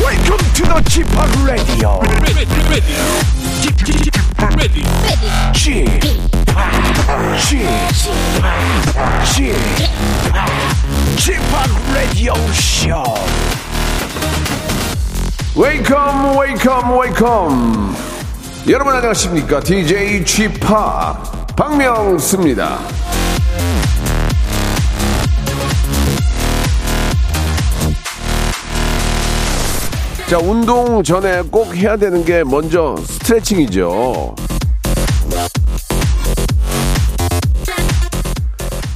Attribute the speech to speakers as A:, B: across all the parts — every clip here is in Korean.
A: welcome to the Chip Radio.
B: ready, ready, ready, ready,
A: Chip, Chip, Chip, Chip Radio Show. Welcome, welcome, welcome. 여러분 안녕하십니까? DJ Chip 박명수입니다. 자, 운동 전에 꼭 해야 되는 게 먼저 스트레칭이죠.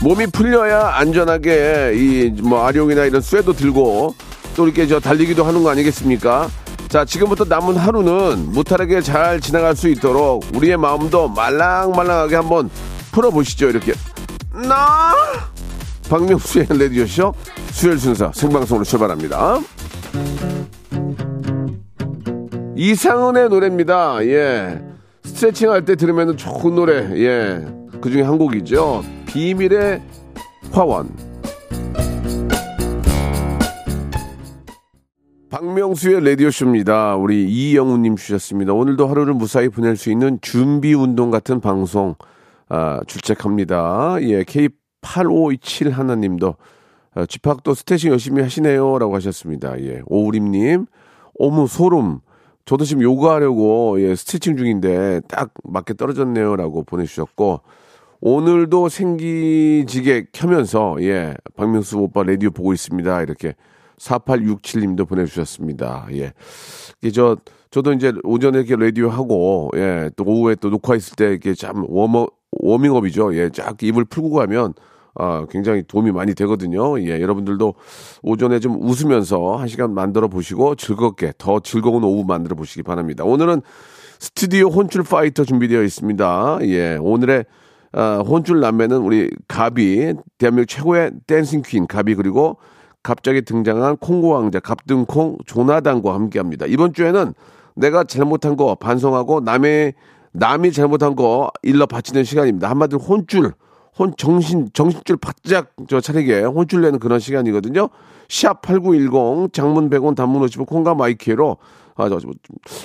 A: 몸이 풀려야 안전하게 이 뭐 아령이나 이런 쇠도 들고 또 이렇게 저 달리기도 하는 거 아니겠습니까? 자, 지금부터 남은 하루는 무탈하게 잘 지나갈 수 있도록 우리의 마음도 말랑말랑하게 한번 풀어보시죠. 이렇게. 나! 박명수의 레디오쇼 수요일 순서 생방송으로 출발합니다. 이상은의 노래입니다. 예. 스트레칭 할 때 들으면 좋은 노래. 예. 그 중에 한 곡이죠. 비밀의 화원. 박명수의 라디오쇼입니다. 우리 이영우님 주셨습니다. 오늘도 하루를 무사히 보낼 수 있는 준비 운동 같은 방송, 아, 출첵합니다. 예, K8527 하나님도, 아, 집학도 스트레칭 열심히 하시네요. 라고 하셨습니다. 예, 오우림님, 어머, 소름. 저도 지금 요가하려고, 예, 스트레칭 중인데, 딱 맞게 떨어졌네요. 라고 보내주셨고, 오늘도 생기지게 켜면서 예 박명수 오빠 라디오 보고 있습니다 이렇게 4867님도 보내주셨습니다 예 이게 저 저도 이제 오전에 이렇게 라디오 하고 예또 오후에 또 녹화 있을 때 이렇게 참 워머 워밍업이죠 예쫙 입을 풀고 가면 아 굉장히 도움이 많이 되거든요 예 여러분들도 오전에 좀 웃으면서 한 시간 만들어 보시고 즐겁게 더 즐거운 오후 만들어 보시기 바랍니다 오늘은 스튜디오 혼출 파이터 준비되어 있습니다 예 오늘의 아, 혼줄 남매는 우리 가비, 대한민국 최고의 댄싱 퀸 가비 그리고 갑자기 등장한 콩고 왕자 갑등콩 조나단과 함께합니다. 이번 주에는 내가 잘못한 거 반성하고 남의 남이 잘못한 거 일러 바치는 시간입니다. 한마디로 혼줄, 혼 정신 정신줄 바짝 저 차리게 혼줄 내는 그런 시간이거든요. 샵 #8910 장문 100원, 단문 50원 콩과 마이키로 아, 저, 좀,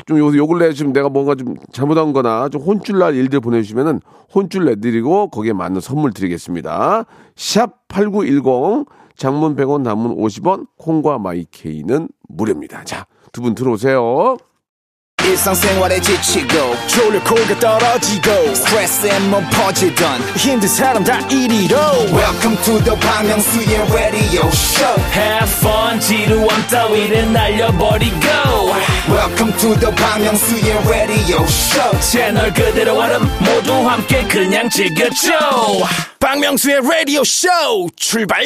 A: 좀 요, 요 근래 지금 내가 뭔가 좀 잘못한 거나 좀 혼쭐 날 일들 보내주시면은 혼쭐 내드리고 거기에 맞는 선물 드리겠습니다. 샵8910 장문 100원 단문 50원 콩과 마이케이는 무료입니다. 자, 두 분 들어오세요.
C: 일상생활에 지치고, 졸려 코가 떨어지고, 스트레스에 몸 퍼지던, 힘든 사람 다 이리로. welcome to the Bang Myung-soo's radio show
D: Have fun 지루함 따위를 날려버리고
C: welcome to the Bang Myung-soo's radio show
D: 채널 그대로 얼음 모두 함께 그냥 즐겨줘
C: 박명수의 radio show 출발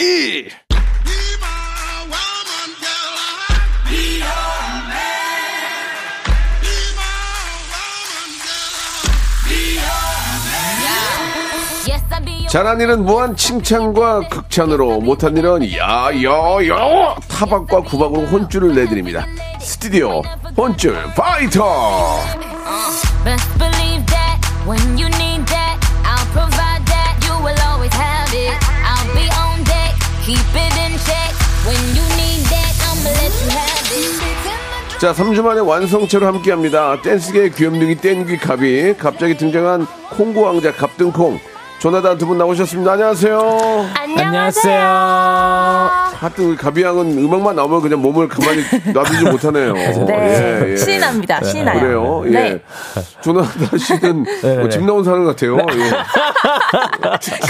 A: 잘한 일은 무한 칭찬과 극찬으로 못한 일은 야야야 타박과 구박으로 혼쭐을 내드립니다. 스튜디오 혼쭐 파이터.
E: Best believe that when you need that, I'll provide that. You will always have it. I'll be on deck, keep it in check. When you need that, I'ma let you have it.
A: 자, 3주 만에 완성체로 함께합니다. 댄스계의 귀염둥이 땡귀 갑이 갑자기 등장한 콩고 왕자 갑등콩 조나단 두 분 나오셨습니다. 안녕하세요.
D: 안녕하세요
A: 하여튼 우리 갑이 양은 음악만 나오면 그냥 몸을 가만히 놔두지 못하네요.
F: 네.
A: 예, 예.
F: 신이 납니다. 신이 나요.
A: 그래요. 예.
F: 네.
A: 조나단 씨는 뭐
D: 네.
A: 집 나온 사람 같아요. 예.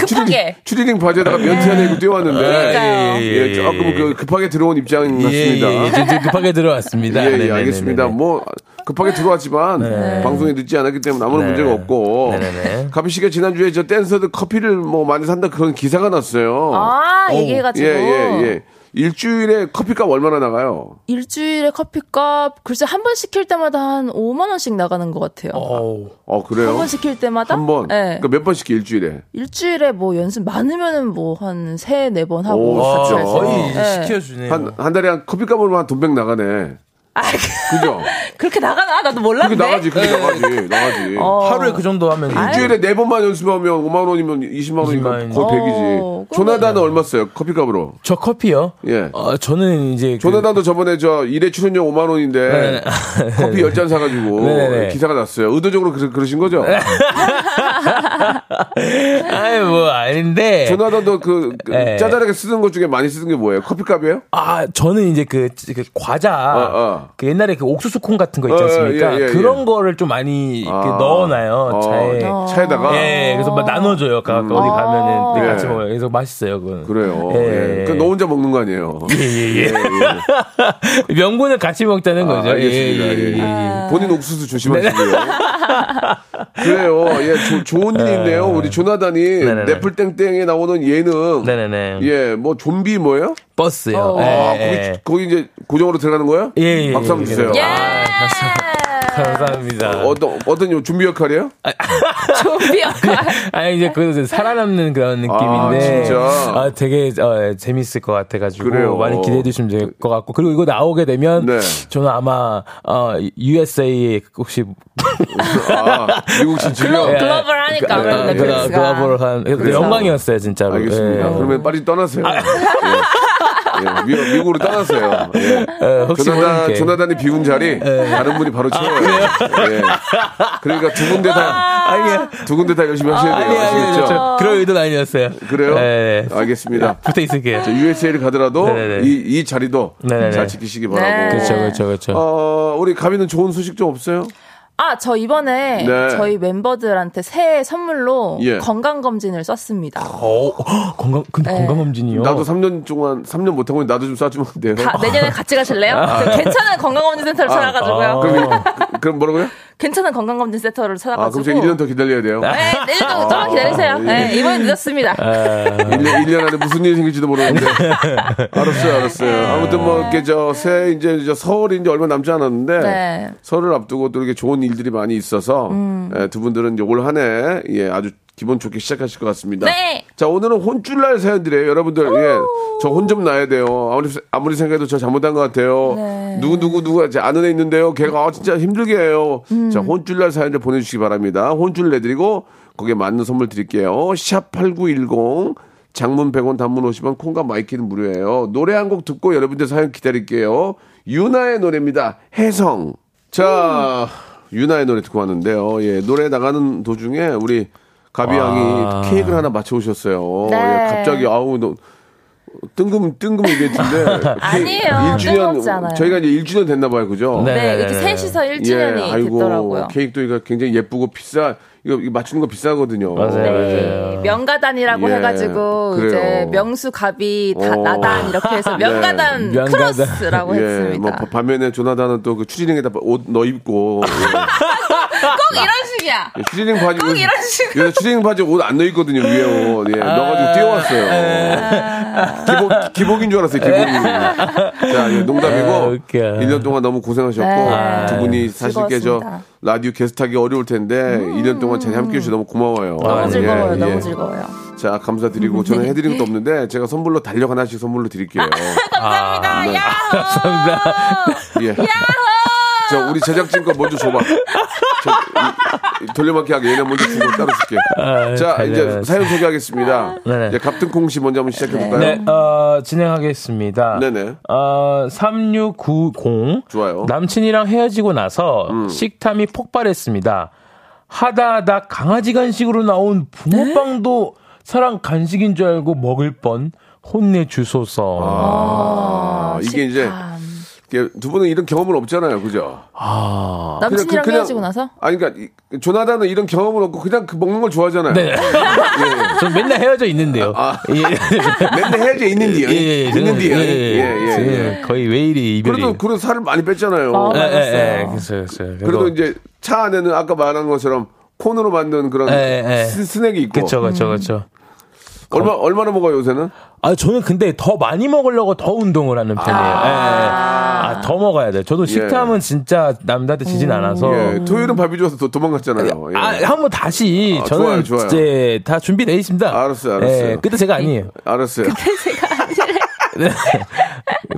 F: 급하게.
A: 추리닝 바지에다가
D: 네.
A: 면티 하나 입고 뛰어왔는데
F: 그러니까요.
A: 예, 조금 그 급하게 들어온 입장인 것
D: 예,
A: 같습니다.
D: 예, 예, 좀 급하게 들어왔습니다.
A: 예, 예,
D: 네네네네.
A: 알겠습니다. 뭐 급하게 들어왔지만 방송에 늦지 않았기 때문에 아무런
D: 네.
A: 문제가 없고
D: 네네네.
A: 가비 씨가 지난주에 저 댄서들 커피를 뭐 많이 산다 그런 기사가 났어요.
F: 아,
D: 오.
F: 얘기해가지고.
A: 예, 예, 예. 일주일에 커피값 얼마나 나가요?
F: 일주일에 커피값, 글쎄, 한 번 시킬 때마다 한 5만원씩 나가는 것 같아요.
D: 어우,
A: 어, 그래요?
F: 한 번 시킬 때마다?
A: 한
D: 네.
A: 번.
F: 예.
A: 그러니까 몇 번 시켜 일주일에?
F: 일주일에 뭐 연습 많으면은 뭐 한 세 네 번
A: 오,
F: 하고.
A: 진짜.
F: 같이
D: 와,
F: 해서.
D: 거의
F: 네.
G: 어.
D: 시켜주네요.
A: 한 한 달에 한 커피값으로 한 돈백 나가네.
F: 아,
A: 그죠?
F: 그렇게 나가나? 나도
A: 그게
F: 몰랐네.
A: 나가지, 그게 나가지, 나가지.
F: 어.
G: 하루에 그 정도 하면
F: 아유.
A: 일주일에 네 번만 연습하면 5만 원이면 20만 원이면 거의
F: 원.
G: 20만
A: 100이지.
F: 어,
A: 조나단은 얼마 써요? 커피값으로.
G: 저 커피요?
A: 예.
G: 어, 저는 이제
A: 조나단도 저번에 저 일회 출연료 5만 원인데 커피 10잔 사가지고
G: 네. 네네네. 네.
A: 기사가 났어요. 의도적으로 그러, 그러신 거죠?
G: 그, 아유 뭐 아닌데.
A: 조나단도 그, 그
G: 네.
A: 짜잘하게 쓰는 것 중에 많이 쓰는 게 뭐예요? 커피값이에요?
G: 아 저는 이제 그, 그 과자
A: 어, 어.
G: 그 옛날에 그 옥수수 콩 같은 거 있지
A: 어, 어,
G: 않습니까?
A: 예, 예, 예.
G: 그런 거를 좀 많이 그 넣어놔요 차에.
A: 어, 차에다가. 아,
G: 예, 그래서 막 나눠줘요. 가 어디 가면은 근데 같이 먹어요. 그래서 맛있어요, 그건.
A: 예. 그래요.
G: 예.
A: 예. 그너 혼자 먹는 거 아니에요?
G: 예, 예. 명분을 같이 먹자는
A: 예, 아,
G: 거죠.
A: 알겠습니다.
G: 예, 예, 네. 예.
A: 예. 본인 옥수수 조심하시고요. 그래요. 예, 조- 좋은 일이 있네요. 우리 조나단이
G: 네네네.
A: 네플땡땡에 나오는 예능.
G: 네네네.
A: 예, 뭐 좀비 뭐예요?
G: 버스요.
F: 어.
G: 예,
A: 아,
G: 예.
A: 거기, 거기 이제 고정으로 들어가는 거예요?
G: 예, 예, 예.
A: 박수 한번 주세요.
G: 예.
F: 예.
G: 감사합니다.
A: 어떤, 어떤 요- 좀비 역할이에요?
F: 좀비
A: 네.
F: 역할.
G: 아니 이제 그 살아남는 그런 느낌인데
A: 진짜?
G: 아, 되게 어, 예, 재밌을 것 같아가지고
A: 그래요.
G: 많이 기대해 주시면 될 것 같고 그리고 이거 나오게 되면
A: 네.
G: 저는 아마 어, USA 에 혹시
A: 아, 미국 진출이요?
F: 글로- 글로벌 하니까
G: 그,
F: 아무래도
G: 어,
F: 넷플릭스가.
G: 글로- 글로벌한 그래서 영광이었어요 진짜로
A: 알겠습니다.
G: 예.
A: 그러면 빨리 떠나세요. 예. 예, 미- 미국으로 떠나세요. 예.
G: 예, 혹시 네.
A: 조나단,
G: 모르니까.
A: 조나단이 비운 자리 다른 분이
G: 아,
A: 바로 채워요. 예. 그러니까 두 군데 다,
G: 아니야 예.
A: 두 군데 다 열심히 하셔야 돼요.
G: 아니 그렇죠. 아니
A: 네, 아시겠죠?
G: 저 그런 의도는 아니었어요
A: 그래요?
G: 예.
A: 알겠습니다.
G: 붙어 있을게요 네.
A: USA를 가더라도
G: 네네네.
A: 이, 이 자리도
G: 네네네.
A: 잘 지키시기 바라고.
G: 그렇죠 그렇죠 그렇죠
A: 어, 우리 가비는 좋은 소식 좀 없어요?
F: 아, 저 이번에
A: 네.
F: 저희 멤버들한테 새해 선물로
A: 예. 아,
F: 건강검진을 썼습니다.
G: 어, 건강 근데
F: 네.
G: 건강검진이요
A: 나도 3년 동안, 3년 못하고 있는데 나도 좀 싸주면 안 돼요?
F: 다 내년에 같이 가실래요?
A: 아.
F: 저 괜찮은 건강검진 센터를 찾아가지고요.
G: 아.
A: 그럼, 그- 그럼 뭐라고요?
F: 괜찮은 건강검진 센터를
A: 아, 그럼 제가
G: 뭐.
F: 찾아가지고.
A: 1년 더 기다려야 돼요.
F: 네, 내일 좀 조금만
A: 아,
F: 기다리세요.
A: 예.
F: 네, 이번엔 늦었습니다.
A: 1년, 년 안에 무슨 일이 생길지도 모르는데. 알았어요,
F: 네.
A: 알았어요. 아무튼 뭐, 이렇게 저, 새해 이제 저 설이 이제 얼마 남지 않았는데.
F: 네.
A: 설을 앞두고 또 이렇게 좋은 일들이 많이 있어서.
F: 음.
A: 예, 두 분들은 이제 올 한 해 예, 아주 기분 좋게 시작하실 것 같습니다.
F: 네.
A: 자, 오늘은 혼쭐날 사연들이에요. 여러분들, 예. 저 혼 좀 나야 돼요. 아무리, 아무리 생각해도 저 잘못한 것 같아요.
F: 네.
A: 누구, 누구, 누구, 이제 아는 애 있는데요. 걔가 아, 진짜 힘들게 해요. 자, 혼쭐날 사연들 보내주시기 바랍니다. 혼쭐 내드리고, 거기에 맞는 선물 드릴게요. 샵8910. 장문 100원, 단문 50원, 콩과 마이키는 무료예요. 노래 한 곡 듣고 여러분들 사연 기다릴게요. 유나의 노래입니다. 해성. 자, 유나의 노래 듣고 왔는데요. 예, 노래 나가는 도중에 우리 가비 양이 케이크를 하나 맞춰오셨어요.
F: 네.
A: 예, 갑자기 아우 너 뜬금 뜬금 얘기했는데
F: 아니에요. 뜬금없지 않아요.
A: 저희가 이제 1주년 됐나 봐요, 그죠?
G: 네.
F: 네, 이렇게 셋이서 1주년이 됐더라고요.
A: 예, 케이크도 이거 굉장히 예쁘고 비싸. 이거, 이거 맞추는 거 비싸거든요.
G: 맞아요, 맞아요.
F: 네, 명가단이라고
A: 예,
F: 해가지고
A: 그래요.
F: 이제 명수 갑이 다
A: 오.
F: 나단 이렇게 해서
A: 네.
F: 명가단
G: 예. 명가단.
F: 크로스라고
A: 예,
F: 했습니다.
A: 뭐 바- 반면에 조나단은 또 그 추리닝에다 옷 넣어 입고 예.
F: 꼭 이런 식이야.
A: 예, 추리닝 바지
F: 꼭 이런 식으로.
A: 요새 추리닝 바지 옷 안 넣어 입거든요 위에 옷 예,
G: 아.
A: 넣어가지고 뛰어왔어요 기복 기복인 줄 알았어요 기복이 자 예,
G: 아,
A: 농담이고
G: 웃겨.
A: 1년 동안 너무 고생하셨고
F: 네.
A: 두 분이 사실 깨저
F: 즐거웠습니다. 음.
A: 라디오 게스트하기 어려울 텐데 1년 동안 잘 함께 해주셔서 너무 고마워요
G: 아,
F: 너무 즐거워요.
A: 예, 예.
F: 너무 즐거워요.
A: 자 감사드리고 저는 해드린 것도 없는데 제가 선물로 달력 하나씩 선물로 드릴게요
G: 아,
F: 감사합니다.
A: 네.
F: 야호.
A: 예.
F: 야호.
A: 자, 우리 제작진 거 먼저 줘봐. 저, 이- 이 돌려막기 하게 얘네 먼저 주고 따로 줄게. 자, 이제
G: 달려야지.
A: 사연 소개하겠습니다.
G: 아, 네네.
A: 이제 갑등콩 씨 먼저 한번 시작해볼까요?
G: 네, 어, 진행하겠습니다.
A: 네네.
G: 어, 3690.
A: 좋아요. 음.
G: 남친이랑 헤어지고 나서 식탐이 폭발했습니다. 하다 하다 강아지 간식으로 나온 붕어빵도 사랑 간식인 줄 알고 먹을 뻔 혼내 주소서.
A: 아, 이게 이제 이게 두 분은 이런 경험은 없잖아요. 그죠?
F: 남친이랑
A: 그-
F: 헤어지고 나서
A: 아니, 그러니까 이- 조나단은 이런 경험은 없고 그냥 그 먹는 걸 좋아하잖아요.
G: 네.
A: 아.
G: 전 맨날 헤어져 있는데요. 예.
A: 맨날 헤어져 있는 뒤에.
G: 예, 예, 예.
A: 아, 있는 뒤에.
G: 저는,
A: 예, 예, 예.
G: 저는 거의 왜 이리 이별이.
A: 그래도, 그래도 살을 많이 뺐잖아요.
F: 아,
G: 예, 예, 예.
F: 맞았어요.
G: 그래서, 그래서.
A: 그래도 이제 차 안에는 아까 말한 것처럼 콘으로 만든 그런
G: 예, 예.
A: 스, 스낵이 있고
G: 그쵸, 그쵸,
A: 뭐.
G: 그쵸.
A: 얼마 얼마나 먹어요 요새는?
G: 아, 저는 근데 더 많이 먹으려고 더 운동을 하는 편이에요. 예, 예. 아, 더 먹어야 돼. 저도 식탐은 진짜 남들한테 지진 않아서.
A: 예, 토요일은 밥이 좋아서 도, 도망갔잖아요. 예.
G: 아, 한번 다시
A: 아, 좋아요,
G: 저는
A: 좋아요.
G: 이제 다 예, 준비되어 있습니다.
A: 알았어요, 알았어요. 네.
G: 예, 그때 제가 아니에요.
A: 알았어요.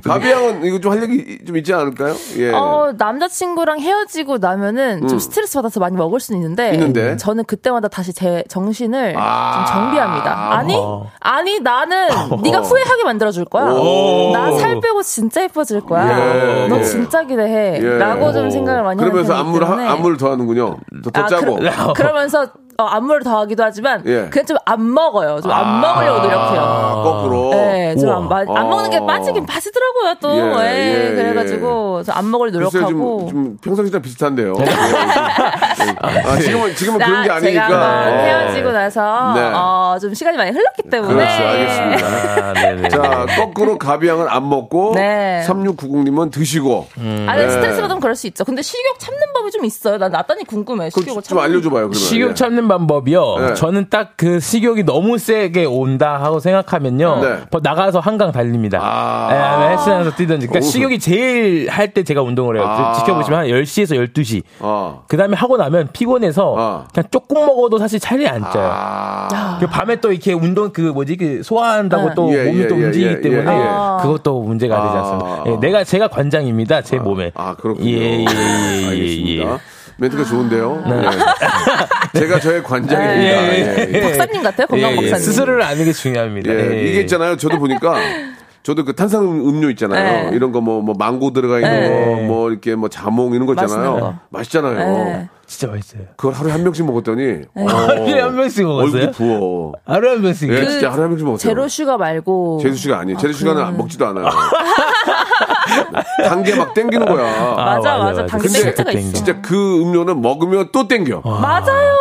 A: 가비 양은 이거 좀 할 얘기 좀 있지 않을까요? 예.
F: 어, 남자친구랑 헤어지고 나면은
A: 음.
F: 좀 스트레스 받아서 많이 먹을 수는 있는데,
A: 있는데.
F: 저는 그때마다 다시 제 정신을
A: 아.
F: 좀 정비합니다. 아니, 아니 나는 네가 후회하게 만들어줄 거야.
A: 오.
F: 나 살 빼고 진짜 예뻐질 거야.
A: 예,
F: 너
A: 예.
F: 진짜 기대해.
A: 예.
F: 라고 좀 생각을 많이
A: 그러면서
F: 하는
A: 안무를
F: 편이기
A: 하-
F: 때문에.
A: 안무를 더 하는군요. 더, 더
F: 아,
A: 짜고.
F: 그, 러면서 안무를 더하기도 하지만
A: 예. 아.
F: 그냥 좀 안 먹어요. 좀 안 먹으려고
G: 아.
F: 노력해요.
A: 거꾸로.
F: 네, 좀 안, 마- 안
A: 어.
F: 먹는 게 빠지긴 빠지더라고요, 또.
A: 예,
F: 예,
A: 예,
F: 그래가지고, 저안 먹을
A: 글쎄요,
F: 노력하고.
A: 좀, 좀 평상시랑 비슷한데요.
G: 네.
A: 예, 좀. 아, 지금은, 지금은
F: 나-
A: 그런 게 아니니까.
F: 제가 한번
A: 어.
F: 헤어지고 나서,
A: 네.
F: 어, 좀 시간이 많이 흘렀기 때문에.
A: 그렇죠,
F: 예.
A: 알겠습니다.
G: 네. 아, 네네.
A: 자, 거꾸로 가비양은 안 먹고,
F: 네.
A: 3690님은 드시고,
G: 음.
F: 아, 근데
A: 네.
F: 스트레스 받으면 그럴 수 있죠. 근데 식욕 참는 법이 좀 있어요. 난 나단이 궁금해.
A: 그걸
F: 식욕을
A: 좀
F: 참는
A: 알려줘봐요, 그러면.
G: 식욕
A: 예.
G: 참는 방법이요.
A: 네.
G: 저는 딱 그 식욕이 너무 세게 온다 하고 생각하면요.
A: 네.
G: 뭐 나가서 한강 달립니다.
A: 아.
G: 예, 헬스장에서 뛰든지. 그러니까
A: 오.
G: 식욕이 제일 할 때 제가 운동을 해요.
A: 아.
G: 지켜보시면 한 10시에서 12시.
A: 어.
G: 그 다음에 하고 나면 피곤해서
A: 어.
G: 그냥 조금 먹어도 사실 차라리 안 쪄요.
A: 아.
G: 그 밤에 또 이렇게 운동 그 뭐지 그 소화한다고
F: 네.
G: 또
A: 예,
G: 몸이
A: 예,
G: 또
A: 예,
G: 움직이기
A: 예,
G: 때문에
A: 예, 예.
G: 그것도 문제가 되지 않습니까?
A: 아.
G: 예, 내가 제가 관장입니다 제 몸에.
A: 아, 그렇군요.
G: 예예예 예.
A: 알겠습니다.
G: 예.
F: 네,
A: 멘트가 좋은데요. 예. 제가 저의 관장입니다.
G: 예,
A: 예, 예.
F: 박사님 같아요, 건강
G: 예, 예.
F: 박사님.
G: 스스로를 아는 게 중요합니다.
A: 예, 이게 있잖아요. 저도 보니까 저도 그 탄산 음료 있잖아요.
F: 네.
A: 이런 거 뭐 뭐 망고 들어가 있는
G: 네.
A: 거 뭐 이렇게 뭐 자몽 이런 거
F: 맛있는
A: 있잖아요.
F: 거.
A: 맛있잖아요.
F: 네.
G: 진짜 맛있어요.
A: 그걸 하루에 한 병씩 먹었더니 어,
G: 하루에 한 병씩 먹었어요?
A: 얼굴이 부어.
G: 하루에 한 번씩.
A: 예,
F: 그
A: 진짜 하루에 한 병씩 먹었어요.
F: 제로 슈가 말고.
A: 제수 씨가 아니에요. 제수 씨가는 안 먹지도 않아요. 네. 단계 막 땡기는 거야.
F: 맞아,
G: 아, 맞아,
F: 맞아.
G: 맞아.
F: 당근
A: 근데
F: 세트가 있어.
A: 진짜 그 음료는 먹으면 또 땡겨.
G: 어,
F: 맞아요.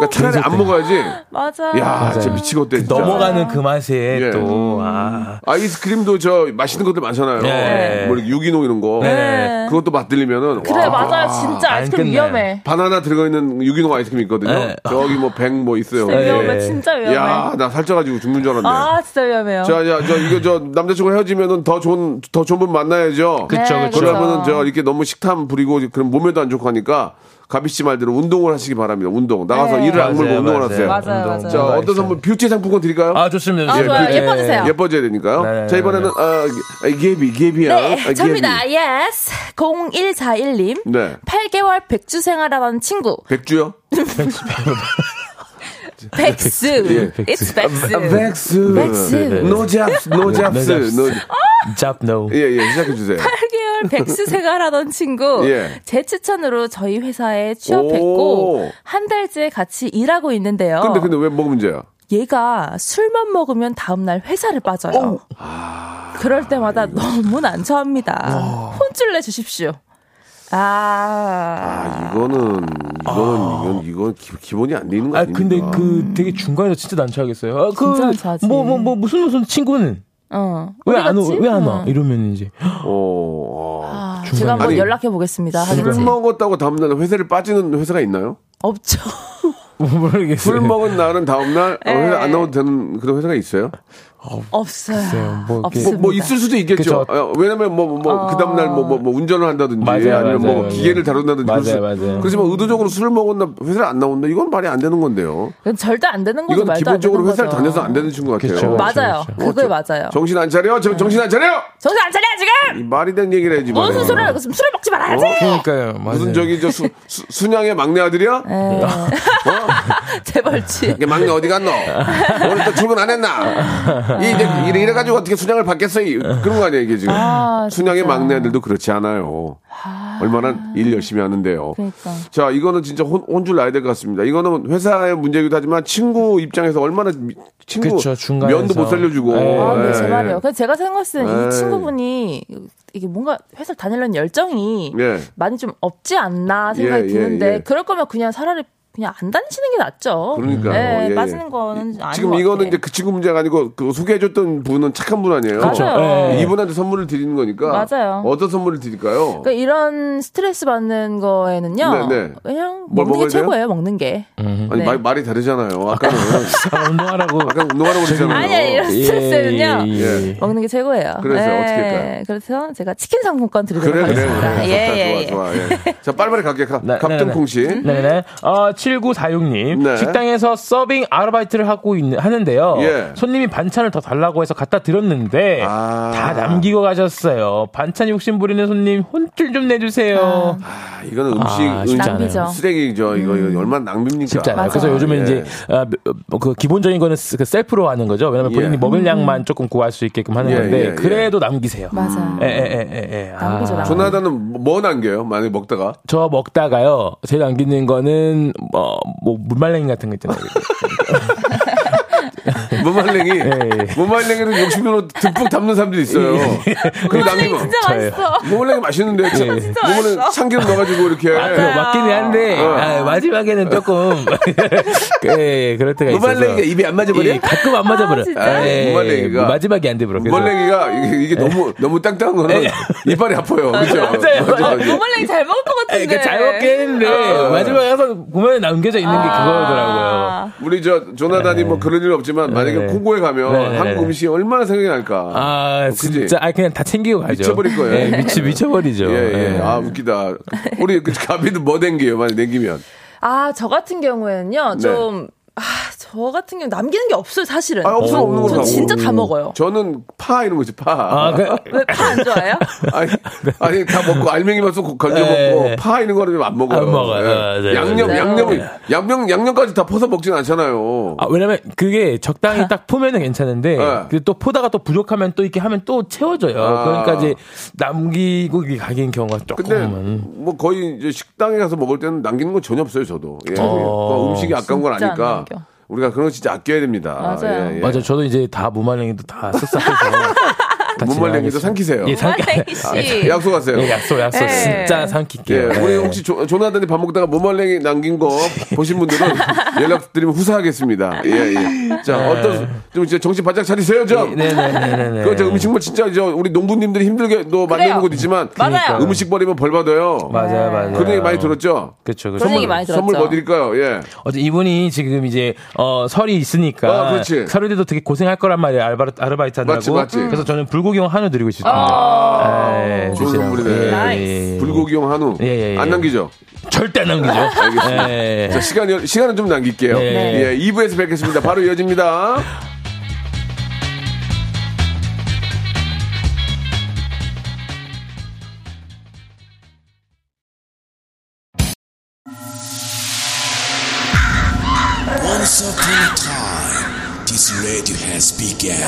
A: 그러니까 차라리 안 먹어야지.
F: 맞아.
A: 야, 진짜 미치겠대. 진짜.
G: 넘어가는 그 맛에
A: 예.
G: 또 아.
A: 아이스크림도 저 맛있는 것들 많잖아요.
G: 네.
A: 뭐 이렇게 유기농 이런 거.
G: 네.
A: 그것도 맛들리면은
F: 그래,
A: 와,
F: 맞아요. 진짜
G: 안
F: 아이스크림
G: 끝나요.
F: 위험해.
A: 바나나 들어가 있는 유기농 아이스크림 있거든요.
G: 네.
A: 저기 뭐 백 뭐 있어요.
F: 진짜 네. 위험해.
G: 예.
F: 진짜 위험해.
A: 야, 나 살쪄가지고 죽는 줄 알았네.
F: 아, 진짜 위험해요.
A: 자, 야, 저 이거 저 남자친구 헤어지면은 더 좋은 더 좋은 분 만나야죠.
G: 그쵸,
F: 네,
G: 그쵸.
F: 그래서
A: 그러면은 저 이렇게 너무 식탐 부리고 그럼 몸에도 안 좋고 하니까 가비 씨 말대로 운동을 하시기 바랍니다. 운동 나가서
F: 네.
A: 일을 안 물고
G: 맞아요,
A: 운동을 하세요.
F: 맞아요,
G: 운동.
F: 맞아요.
A: 자, 어떤 선물 뷰티 상품권 드릴까요?
G: 아 좋습니다.
F: 아,
G: 좋습니다.
F: 좋아요. 예뻐지세요.
A: 예뻐져야 되니까요.
G: 네,
A: 자, 이번에는 아, 개비 개비야. 아,
F: 네, 접니다. 예스. 0141님.
A: 네.
F: 8개월 백주 생활하는 친구.
A: 백주요?
F: 백수.
A: 예.
F: It's 백수.
A: 네.
G: 아,
A: 백수.
F: 백수.
A: 노 잡스, 노 잡스. 노-
G: 잡노.
A: 네, 예, 예, 시작해 주세요.
F: 8개월 백수 생활하던 친구.
A: 예.
F: 제 추천으로 저희 회사에 취업했고,
A: 오.
F: 한 달째 같이 일하고 있는데요.
A: 근데 근데 왜 뭐 문제야?
F: 얘가 술만 먹으면 다음날 회사를
A: 어.
F: 빠져요. 그럴 때마다 너무 난처합니다. 혼쭐 내주십시오. 아.
A: 아, 이거는 이거는 이건 이건 기- 기본이 안 돼 있는 거
G: 아
A: 아. 아닙니까?
G: 근데 그 되게 중간에서 진짜 난처하겠어요. 아,
F: 진짜 난처하지.
G: 그뭐뭐 뭐 무슨 무슨 친구는
F: 어.
G: 왜
F: 어디 갔지?
G: 안왜안 와?
F: 어.
G: 이러면 이제
A: 어, 어.
F: 아, 제가 한번
A: 아니, 뭐
F: 연락해 보겠습니다.
A: 술
F: 하겠지.
A: 먹었다고 다음날 회사를 빠지는 회사가 있나요?
F: 없죠.
G: 뭐 모르겠어요.
A: 술 먹은 날은 다음날
F: 네.
A: 어, 회사 안 나와도 되는 그런 회사가 있어요?
F: 없어요.
G: 뭐 이렇게-
A: 뭐,
F: 없습니다.
A: 뭐 있을 수도 있겠죠.
G: 그쵸.
A: 아, 왜냐면 뭐 뭐 그 다음날 뭐 뭐 운전을 한다든지
G: 맞아요,
A: 아니면 뭐
G: 맞아요,
A: 기계를
G: 맞아요.
A: 다룬다든지
G: 맞아요,
A: 그럴 수-
G: 맞아요.
A: 그렇지만 의도적으로 술을 먹은 날 회사를 안 나온다 이건 말이 안 되는 건데요.
F: 이건 절대 안 되는 거죠.
A: 이건
F: 뭐 말도
A: 기본적으로
F: 안 되는
A: 회사를
F: 거죠.
A: 다녀서 안 되는 친구 같아요. 뭐
G: 그쵸.
F: 맞아요.
G: 그렇죠,
F: 그거에 맞아요.
A: 정신 안 차려? 저, 정신 안 차려?
F: 정신 안 차려 지금.
A: 이 말이 된 얘기를 해야지.
F: 무슨
A: 말이야.
F: 소리를 하고 있으면 술을 먹지 말아야지.
G: 어,
A: 어?
G: 그러니까요. 맞아요.
A: 무슨 저기 저 수, 수, 순양의 막내 아들이야?
F: 에, 재벌집.
A: 이게 막내 어디 갔노? 오늘 또 출근 안 했나? 이, 이제 이래, 이래가지고 어떻게 순양을 받겠어? 이- 그런 거 아니야, 이게 지금.
F: 아,
A: 순양의
F: 진짜.
A: 막내 아들도 그렇지 않아요. 얼마나 일 열심히 하는데요.
F: 그러니까.
A: 자, 이거는 진짜 혼, 혼줄 나야 될 것 같습니다. 이거는 회사의 문제이기도 하지만 친구 입장에서 얼마나 미- 친구
G: 그쵸, 중간에서.
A: 면도 못 살려주고.
G: 네.
F: 아,
A: 예,
F: 네, 제
A: 예.
F: 말이에요. 그냥 제가 생각했을 때는
A: 에이.
F: 이 친구분이 이게 뭔가 회사를 다니려는 열정이
A: 예.
F: 많이 좀 없지 않나 생각이
A: 예, 예,
F: 드는데
A: 예.
F: 그럴 거면 그냥 차라리 그냥 안 다니시는 게 낫죠.
A: 그러니까요.
F: 네,
A: 예, 예.
F: 빠지는 거는 아닌
A: 지금
F: 것
A: 이거는
F: 같아.
A: 이제 그 친구 문제가 아니고 그 소개해줬던 분은 착한 분 아니에요.
F: 맞아요.
G: 예.
A: 이분한테 선물을 드리는 거니까.
F: 맞아요.
A: 어떤 선물을 드릴까요?
F: 그러니까 이런 스트레스 받는 거에는요.
A: 네, 네.
F: 그냥
A: 뭘
F: 먹는 게
A: 먹어야 돼요?
F: 최고예요. 먹는 게.
G: 음.
A: 아니
F: 네.
A: 말, 말이 다르잖아요. 아까는
G: 아, 운동하라고.
A: 아까 운동하라고 그랬잖아요.
F: 아니야 이런 스트레스는요.
G: 예, 예, 예.
F: 먹는 게 최고예요. 네.
A: 그래서 어떻게 할까요?
F: 그래서 제가 치킨 상품권 드리도록
A: 그래 그래 그래.
F: 하겠습니다.
A: 좋다,
F: 예, 예, 예.
A: 좋아 좋아. 예. 자 빨리빨리 갈게요. 갑-
G: 네, 네,
A: 갑등콩 씨.
G: 네네. 어, 7946님
A: 네.
G: 식당에서 서빙 아르바이트를 하고 있는 하는데요.
A: 예.
G: 손님이 반찬을 더 달라고 해서 갖다 드렸는데
A: 아.
G: 다 남기고 가셨어요. 반찬 욕심 부리는 손님 혼쭐 좀 내주세요.
A: 아, 이거는 음식
G: 아, 쉽지
A: 음식
F: 않아요.
A: 쓰레기죠. 이거, 이거 얼마나 낭비입니까?
G: 쉽지 않아요.
F: 맞아요.
G: 그래서 요즘에
A: 예.
G: 이제 아, 어, 그 기본적인 거는 스- 그 셀프로 하는 거죠. 왜냐면
A: 예.
G: 본인이 먹을 양만 조금 구할 수 있게끔 하는
A: 예,
G: 건데
A: 예,
G: 그래도 남기세요.
F: 음. 맞아요.
G: 예, 예, 예, 예, 예. 아.
F: 남기죠, 남기죠.
A: 조나단은 뭐- 뭐 남겨요? 만약에 먹다가
G: 저 먹다가요. 제일 남기는 거는 뭐, 뭐 물말랭이 같은 거 있잖아요.
A: 예. 무말랭이
G: 예.
A: 무말랭이는 욕심으로 듬뿍 담는 사람들이 있어요. 그
F: 선생님
A: 남기면
F: 아, 진짜
G: 저예요.
F: 맛있어.
A: 무말랭이 맛있는데 무말랭이 참기름 넣어가지고 이렇게
G: 아, 그거 맞기는 한데
A: 예.
G: 아, 마지막에는 조금 예, 그럴 때가 있어서
A: 무말랭이가 입에 안 맞아버려?
G: 예, 가끔 안 맞아버려.
F: 아, 진짜요?
A: 무말랭이가.
G: 마지막에 안 돼버려. 그래서
A: 무말랭이가 이게, 이게 너무 너무 땅땅한 거는 이빨이 아파요. 그죠?
G: 네. 맞아요.
A: 예.
F: 노말랭이 잘 먹을 것
G: 예,
F: 같은데.
G: 그러니까 잘 먹게 했는데
A: 아.
G: 마지막에 가서 보면 남겨져 있는 게
F: 아.
G: 그거더라고요.
A: 우리 저 조나단이 뭐 그런 일 없지만 만약에
G: 네.
A: 콩고에 가면
G: 네, 네,
A: 한국
G: 네.
A: 음식이 얼마나 생각이 날까? 어,
G: 아,
A: 그치?
G: 진짜. 아, 그냥 다 챙기고 가죠.
A: 미쳐버릴 거예요.
G: 예, 미치, 미쳐버리죠.
A: 예, 예.
G: 예.
A: 아, 웃기다. 우리 그 가비도 뭐 댕겨요? 만약 댕기면.
F: 아, 저 같은 경우에는요,
A: 네.
F: 좀, 아, 저 같은 경우 남기는 게 없어요, 사실은.
A: 아, 없으면 없는 걸로
F: 전
A: 하고. 음.
F: 진짜 다 먹어요.
A: 저는 파 이런 거지, 파.
G: 아, 그,
F: 왜 파 안 좋아해요?
A: 아니, 아니, 다 먹고, 알맹이만 쏙 건져
G: 네.
A: 먹고, 파 이런 거는 좀 안 먹어요. 예.
G: 안 먹어요. 네, 네,
A: 양념,
F: 네.
A: 양념, 양념, 양념까지 다 퍼서 먹진 않잖아요.
G: 아, 왜냐면 그게 적당히 딱 포면은 괜찮은데
A: 네.
G: 근데 또 포다가 또 부족하면 또 이렇게 하면 또 채워져요.
A: 아.
G: 그러니까 이제 남기고 이게 가긴 경우가
A: 근데
G: 조금은
A: 뭐 거의 이제 식당에 가서 먹을 때는 남기는 건 전혀 없어요 저도 예.
G: 어.
A: 그 음식이 아까운 건
F: 진짜 안
A: 아니까
F: 남겨.
A: 우리가 그런 거 진짜 아껴야 됩니다
F: 맞아요.
A: 예, 예.
G: 맞아. 저도 이제 다 무말랭이도 다 쓱싹해서 다
A: 문말랭이도
G: 지나가겠습니다.
A: 삼키세요
G: 예, 삼
F: 노말랭이 씨.
A: 아, 약속하세요
G: 예, 약속 약속
F: 예.
G: 진짜
A: 예,
G: 삼킬게요.
A: 우리
G: 예.
A: 혹시 조, 조나단이 밥 먹다가 모말랭이 남긴 거 보신 분들은 연락드리면 후사하겠습니다. 예, 예. 자, 어떤, 좀 이제 정신 바짝 차리세요, 좀.
G: 네. 네네네네.
A: 그저 음식물 진짜 이제 우리 농부님들이 힘들게 또 만드는
F: 그래요.
A: 곳 있지만
F: 맞아요.
A: 음식 버리면 벌 받아요.
G: 그러니까. 맞아요 맞아요.
A: 그런 얘기 많이 들었죠?
G: 그렇죠.
F: 그런 얘기 많이 들었죠.
A: 선물 뭐 드릴까요? 예.
G: 어제 이분이 지금 이제 어 설이 있으니까
A: 아, 그렇지.
G: 설에도 되게 고생할 거란 말이에요 알바, 아르바이트 한다고
A: 맞지, 맞지.
G: 그래서 저는 불고기용 한우 드리고
F: 아.
G: 싶습니다 예,
A: 좋은
G: 드시라고.
A: 선물이네.
G: 예,
F: 나이스.
G: 예, 예.
A: 불고기용 한우.
G: 예, 예, 예.
A: 안 남기죠?
G: 절대 안 남기죠
A: 알겠습니다.
G: 예.
A: 자, 시간이, 시간은 좀 남길게요.
G: 네.
A: 예, 2부에서 뵙겠습니다. 바로 이어집니다.
B: Once upon a time, this radio has begun.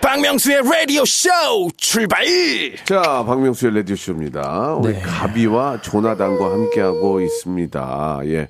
C: 박명수의 라디오 쇼 출발
A: 자, 박명수의 레디오쇼입니다. 우리
G: 네.
A: 가비와 조나단과 함께하고 있습니다. 예.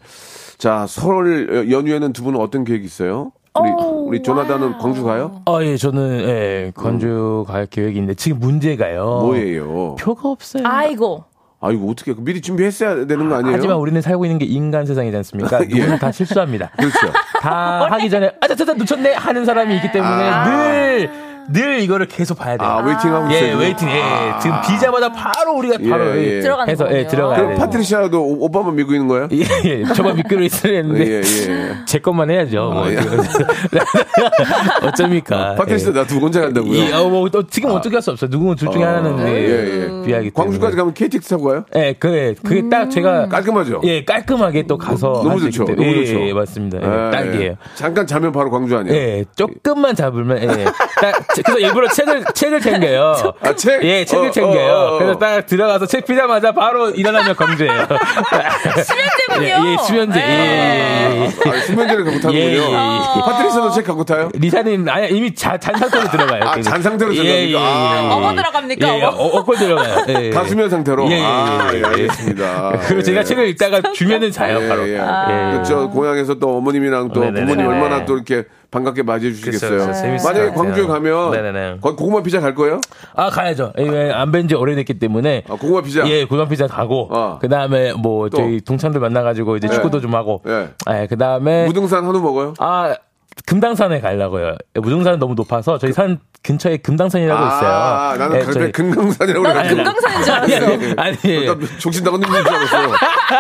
A: 자, 설 연휴에는 두 분은 어떤 계획 있어요? 우리,
F: 오,
A: 우리 조나단은
F: 와우.
A: 광주 가요?
G: 아, 예, 저는 예, 건조 갈 계획이 있는데 지금 문제가요
A: 뭐예요?
G: 표가 없어요
F: 아이고.
A: 아이고, 어떻게, 미리 준비했어야 되는 거 아니에요? 예.
G: 하지만 우리는 살고 있는 게 인간 세상이지 않습니까? 누구나 다 실수합니다.
A: 그렇죠.
G: 다 하기 전에 아차차차 놓쳤네 하는 사람이 있기 때문에
F: 아.
G: 늘, 늘 이거를 계속 봐야 돼요.
A: 아, 웨이팅하고 있어요. 아.
G: 예, 웨이팅. 예, 예. 지금 비자마자 바로 우리가
A: 예,
G: 바로
A: 예.
F: 들어가는
G: 해서 예,
F: 거군요.
G: 들어가야
A: 그럼
G: 돼요.
A: 파트리샤도 오- 오빠만 믿고 있는 거예요?
G: 예, 예. 저만 미끄러 있으려 했는데
A: 예, 예.
G: 제 것만 해야죠. 뭐.
A: 아, 예. 아,
G: 어쩝니까?
A: 파트리샤 나 두 혼자 간다고요? 아.
G: 예. 아, 이, 어, 뭐, 또 지금 어떻게 할 수 없어요. 누군 둘 중에 하나는
A: 예, 예.
G: 비하기 때문에.
A: 광주까지 가면 KTX 타고 가요?
G: 예, 그래. 그게
F: 음.
G: 딱 제가
A: 깔끔하죠?
G: 예, 깔끔하게 또 가서
A: 너무
G: 할수
A: 좋죠.
G: 있기 때문에.
A: 너무
G: 예,
A: 좋죠.
G: 예, 맞습니다.
A: 예,
G: 예, 딱이에요.
A: 예. 잠깐 자면 바로 광주 아니에요?
G: 예, 조금만 잡으면 예. 딱 제- 그래서 일부러 책을 책을 챙겨요.
A: 아, 책?
G: 예, 책을
A: 어,
G: 챙겨요.
A: 어, 어, 어.
G: 그래서 딱 들어가서 책 피자마자 바로 일어나면 강제예요.
F: 수면제군요. 네.
G: 예, 예, 수면제. 예, 예, 예, 예.
A: 아, 수면제를 갖고 타는군요.
G: 예, 예, 예.
A: 파트리샤도 책 갖고 타요?
G: 리사는 아니 이미 자, 잔 상태로 들어가요.
A: 아, 잔 상태로 들어갑니까? 아.
F: 어머 들어갑니까,
G: 예, 어,
F: 어머?
G: 어, 어 들어가요. 예, 예.
A: 다 수면 상태로.
G: 예, 예, 예,
A: 아,
G: 예,
A: 예, 알겠습니다.
G: 그리고
A: 예.
G: 제가 책을 읽다가 주면은 자요
A: 예,
G: 바로.
A: 예.
G: 예.
A: 그저 고향에서 또 어머님이랑 또
G: 네네네.
A: 부모님
G: 네.
A: 얼마나 또 이렇게 반갑게 맞이해
G: 그쵸,
A: 주시겠어요.
G: 그쵸. 재밌을
A: 만약에
G: 것 같아요.
A: 광주에 가면
G: 네네네.
A: 거기 고구마 피자 갈 거예요?
G: 아 가야죠. 안뵌지 오래됐기 때문에.
A: 아, 고구마 피자.
G: 예, 고등학 피자 가고.
A: 어.
G: 그 다음에 뭐
A: 또?
G: 저희 동창들 만나가지고 이제
A: 예.
G: 축구도 좀 하고.
A: 예.
G: 예, 그 다음에
A: 무등산 한우 먹어요?
G: 아 금당산에 가려고요. 무등산은 너무 높아서 저희 산 근처에 금당산이라고 있어요.
A: 아, 나는
G: 예,
A: 그
G: 저희-
A: 금강산이라고
F: 나는 금강산인 줄 알았어.
G: 아니, 예,
A: 그러니까 정신 나간 놈인 줄 알았어.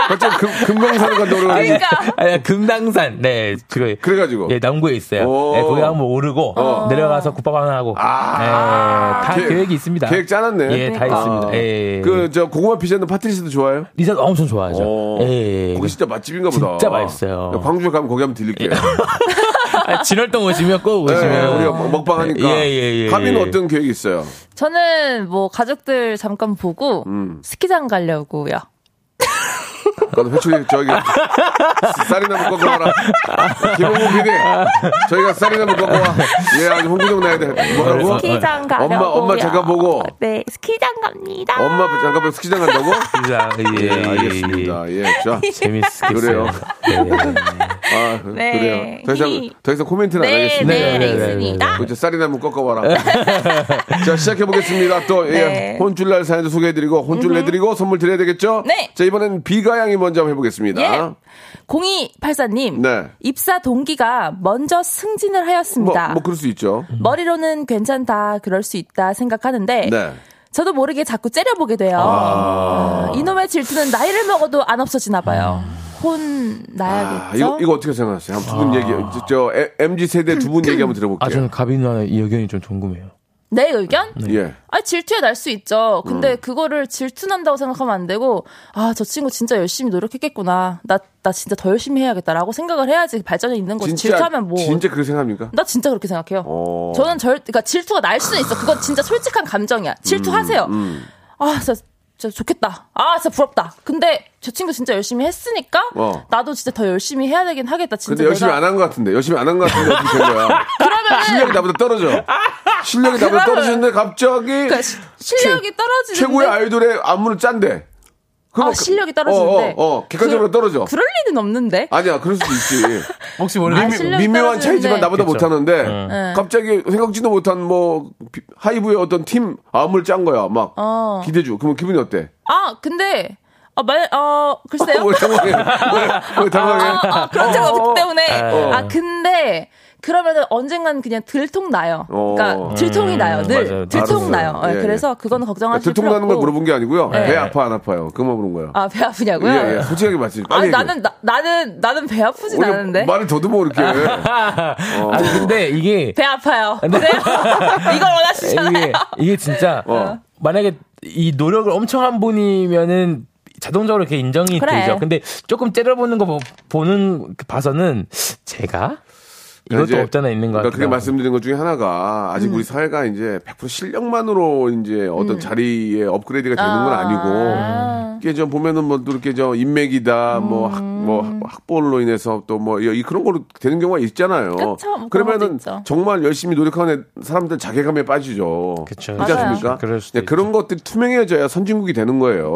A: 갑자기 금, 금강산을 간다고 그러는데.
F: 그러니까
G: 아니, 금당산. 네, 그
A: 그래가지고.
G: 예, 남구에 있어요.
A: 오. 어.
G: 예, 거기 한번 오르고 내려가서 국밥 하나 하고.
A: 아.
G: 예, 다
A: 계획-
G: 계획이 있습니다.
A: 계획 짜놨네. 그러니까.
G: 예, 다 있습니다. 예.
A: 그, 저, 고구마 피자는 파트리스도 좋아요?
G: 리사도 엄청 좋아하죠.
A: 어.
G: 예.
A: 거기 진짜 맛집인가 보다.
G: 진짜 맛있어요.
A: 야, 광주에 가면 거기 한번 들릴게요.
G: 아, 진월동 오시면 꼭
A: 네,
G: 오시면
A: 우리가 먹- 먹방하니까.
G: 예, 예, 예.
A: 가빈 어떤 계획이 있어요?
F: 저는 뭐 가족들 잠깐 보고
A: 음.
F: 스키장 가려고요.
A: 나도 회초리 저기 쌀이나무 꺾어와라. 김홍국 PD, 저희가 쌀이나무 꺾어와. 예, 아주 홍구정 나야 돼.
G: 네,
A: 뭐라고?
F: 스키장 가려고.
A: 엄마, 엄마 잠깐 보고.
F: 네, 스키장 갑니다.
A: 엄마 잠깐 보고 스키장 간다고?
G: 진짜, 예,
A: 예, 알겠습니다. 예, 자.
G: 재밌겠어요.
A: 그래요.
G: 예.
A: 아,
F: 네.
A: 그래요. 더 이상, 더 이상 코멘트는 안
F: 네,
A: 하겠습니다.
F: 네,
G: 네, 네,
F: 알겠습니다.
A: 이제 쌀이나무 꺾어봐라. 자, 시작해보겠습니다. 또, 예,
F: 네.
A: 혼쭐날 사연도 소개해드리고, 혼쭐 내드리고, 선물 드려야 되겠죠?
F: 네.
A: 자, 이번엔 비가양이 먼저 한번 해보겠습니다. 뭐,
F: 예. 0284님,
A: 네.
F: 입사 동기가 먼저 승진을
A: 뭐,
F: 하였습니다.
A: 뭐, 그럴 수 있죠.
F: 머리로는 괜찮다, 그럴 수 있다 생각하는데,
A: 네.
F: 저도 모르게 자꾸 째려보게 돼요.
A: 아.
F: 아, 이놈의 질투는 나이를 먹어도 안 없어지나 봐요. 혼
A: 음. 아,
F: 나야겠죠?
A: 이거, 이거 어떻게 생각하세요? 한 두 분 얘기, 저, 저 에- MG 세대 두 분 얘기 한번 들어볼게요.
G: 아, 저는 가빈 누나의 이 의견이 좀 궁금해요.
F: 내 의견?
A: 예.
F: 아 질투에 날 수 있죠. 근데
A: 음.
F: 그거를 질투난다고 생각하면 안 되고 아 저 친구 진짜 열심히 노력했겠구나. 나 나 진짜 더 열심히 해야겠다라고 생각을 해야지 발전이 있는 거지. 질투하면 뭐?
A: 진짜 그렇게 생각합니까?
F: 나 진짜 그렇게 생각해요.
A: 어.
F: 저는 절 그러니까 질투가 날 수는 있어. 그건 진짜 솔직한 감정이야. 질투하세요.
A: 음,
F: 아 진짜, 진짜 좋겠다. 아 진짜 부럽다. 근데 저 친구 진짜 열심히 했으니까
A: 어.
F: 나도 진짜 더 열심히 해야 되긴 하겠다. 진짜
A: 근데 열심히
F: 내가-
A: 안 한 것 같은데, 열심히 안 한 것 같은데 어떻게 된 거야? 실력이 나보다 떨어져. 실력이 나보다
F: 그러면은-
A: 떨어지는데 갑자기
F: 그러니까 시- 실력이 떨어지는데
A: 최고의 아이돌의 안무를 짠데. 그럼
F: 아, 실력이 떨어지는데
A: 어, 어, 어. 객관적으로
F: 그-
A: 떨어져.
F: 그럴 리는 없는데.
A: 아니야, 그럴 수도 있지.
G: 혹시 원래
F: 아, 실력이
A: 미묘한
F: 떨어지는데.
A: 차이지만 나보다
G: 그쵸. 어.
A: 못하는데
F: 네.
A: 갑자기 생각지도 못한 뭐 비- 하이브의 어떤 팀 안무를 짠 거야. 막
F: 어.
A: 기대주. 그러면 기분이 어때?
F: 아 근데 어, 말, 어 글쎄요.
A: 왜 당황해? 왜, 왜 당황해?
F: 아, 아, 그런 적 없기 때문에.
G: 어.
F: 아, 근데, 그러면은 언젠간 그냥 들통 나요.
A: 어. 음,
F: 그러니까 들통이 나요. 늘
G: 맞아요.
F: 들통
A: 알았어요.
F: 나요. 예,
A: 예,
F: 그래서 그건
A: 아,
F: 걱정하실 필요
A: 들통나는 걸
F: 없고. 네.
A: 물어본 게 아니고요. 배 아파 안 아파요? 그만 물은 거예요.
F: 아, 배 아프냐고요?
A: 예, 예. 솔직하게 말씀.
F: 아, 나는 나, 나는 나는 배 아프진 않은데.
A: 어,
F: 아,
A: 말을 더듬어 뭐 이렇게.
G: 아니 근데 이게
F: 배 아파요.
A: 네.
F: 그래요? 이걸 원하시잖아요.
G: 이게 이게 진짜
A: 어.
G: 만약에 이 노력을 엄청 한 분이면은 자동적으로 이렇게 인정이
F: 그래.
G: 되죠. 근데 조금 째려보는 거 보- 보는 봐서는 제가 이것도
A: 이제
G: 없잖아 있는 것
A: 그러니까
G: 같아요.
A: 그게 말씀드린 것 중에 하나가 아직
F: 음.
A: 우리 사회가 이제 100% 실력만으로 이제 어떤 자리에 업그레이드가 되는 건 아니고 이게 좀 보면은 뭐 또 이렇게 저 인맥이다
F: 음.
A: 뭐 학 뭐 학벌로 인해서 또 뭐 이 그런 거로 되는 경우가 있잖아요.
F: 그쵸. 뭐 그런 것도
A: 그러면은
F: 있죠.
A: 정말 열심히 노력하는 자기들 자괴감에 빠지죠.
G: 그쵸.
A: 그렇지
F: 맞아요.
A: 않습니까?
G: 그럴 수도
A: 네, 그런 것들이 투명해져야 선진국이 되는 거예요.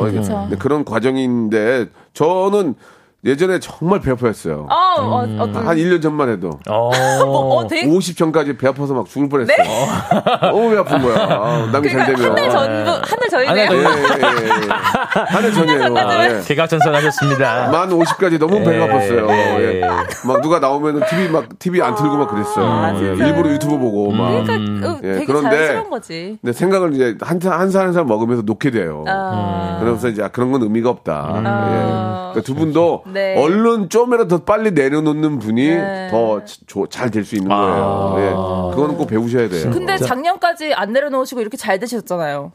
A: 네, 그런 과정인데 저는 예전에 정말 배 아파했어요.
F: 어, 어, 어떤.
A: 한 1년 전만 해도.
G: 어.
F: 어, 되게.
A: 50 전까지 배 아파서 막 죽을 뻔했어요. 너무 배 아픈 거야. 아, 남이 잘
F: 네? 그러니까
A: 되면.
F: 한달 전도 한달
G: 한
A: 예,
G: 달
F: 전이네요.
A: 예, 예. 한해 전이에요. 아, 예.
G: 개각전선하셨습니다.
A: 만 50까지 너무 배가
G: 예,
A: 아팠어요.
G: 예.
A: 예. 막 누가 나오면은 TV 막 TV 안 틀고 막 그랬어요.
F: 아,
A: 예.
F: 진짜요?
A: 일부러 유튜브 보고 막.
F: 그러니까 어,
A: 예,
F: 되게
A: 그런데-
F: 자연스러운 거지.
A: 근데 생각을 이제 한한살한살 먹으면서 놓게 돼요.
F: 아.
A: 그러면서 이제 아, 그런 건 의미가 없다. 예. 그러니까 두 분도
F: 네.
A: 얼른 좀이라도 더 빨리 내려놓는 분이
F: 네.
A: 더 잘 될 수 있는 거예요. 예. 그거는 꼭 배우셔야 돼요.
F: 근데 작년까지 안 내려놓으시고 이렇게 잘 되셨잖아요.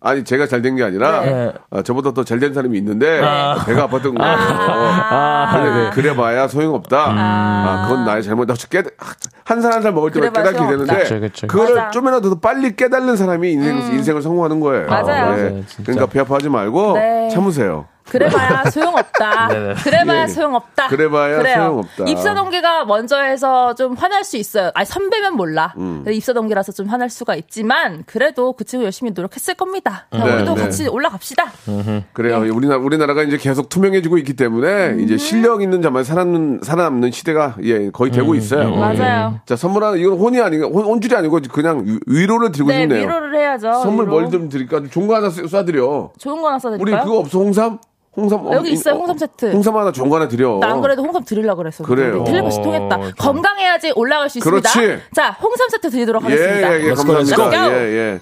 A: 아니 제가 잘 된 게 아니라
G: 네.
A: 아, 저보다 더 잘 된 사람이 있는데
F: 네.
A: 배가 아팠던 거예요.
F: 아,
G: 아.
A: 그래, 봐야 소용없다.
F: 음.
A: 아, 그건 나의 잘못이다. 한살 한 살 먹을 때마다
F: 그래봐야
A: 깨닫게 되는데
F: 소용없다.
G: 그쵸, 그쵸.
A: 거를
F: 맞아. 음.
A: 좀이라도 더 빨리 깨닫는 사람이 인생, 인생을 성공하는 거예요.
F: 맞아요.
A: 예.
G: 맞아요, 진짜.
A: 그러니까 배 아파하지 말고
F: 네.
A: 참으세요.
F: 그래봐야 소용없다.
G: 네네.
F: 그래봐야
A: 예.
F: 소용없다.
A: 그래봐야
F: 그래요.
A: 소용없다.
F: 입사동기가 먼저 해서 좀 화날 수 있어요. 아니, 선배면 몰라.
A: 음.
F: 근데 입사동기라서 좀 화날 수가 있지만, 그래도 그 친구 열심히 노력했을 겁니다. 자,
A: 네,
F: 우리도
A: 네.
F: 같이 올라갑시다.
A: 그래요.
F: 네.
A: 우리나라 우리나라가 이제 계속 투명해지고 있기 때문에
F: 음.
A: 이제 실력 있는 자만 살아남는 살아남는 시대가 예 거의
G: 음.
A: 되고 있어요.
F: 맞아요.
A: 예. 자 선물 하나 이건 혼이 아니고 혼, 혼줄이 아니고 그냥 위- 위로를 드리고
F: 네,
A: 싶네요.
F: 위로를 해야죠.
A: 선물
F: 위로.
A: 뭘 좀 드릴까? 좀 좋은 거 하나 쏴- 쏴드려.
F: 좋은 거 하나 써드릴까요? 아,
A: 우리 그거 없어, 홍삼? 홍삼 어,
F: 여기
A: 이-
F: 있어요,
A: 어,
F: 홍삼 세트.
A: 홍삼 하나 정관에 드려.
F: 나 안 그래도 홍삼 드리려고 그랬어.
A: 그래요.
F: 텔레파시 통했다.
G: 어, 참.
F: 건강해야지 올라갈 수 있습니다.
A: 그렇지.
F: 자, 홍삼 세트 드리도록
A: 예,
F: 하겠습니다.
A: 예, 예,
G: Let's go, let's
A: 감사합니다.
F: go.
A: 예, 예.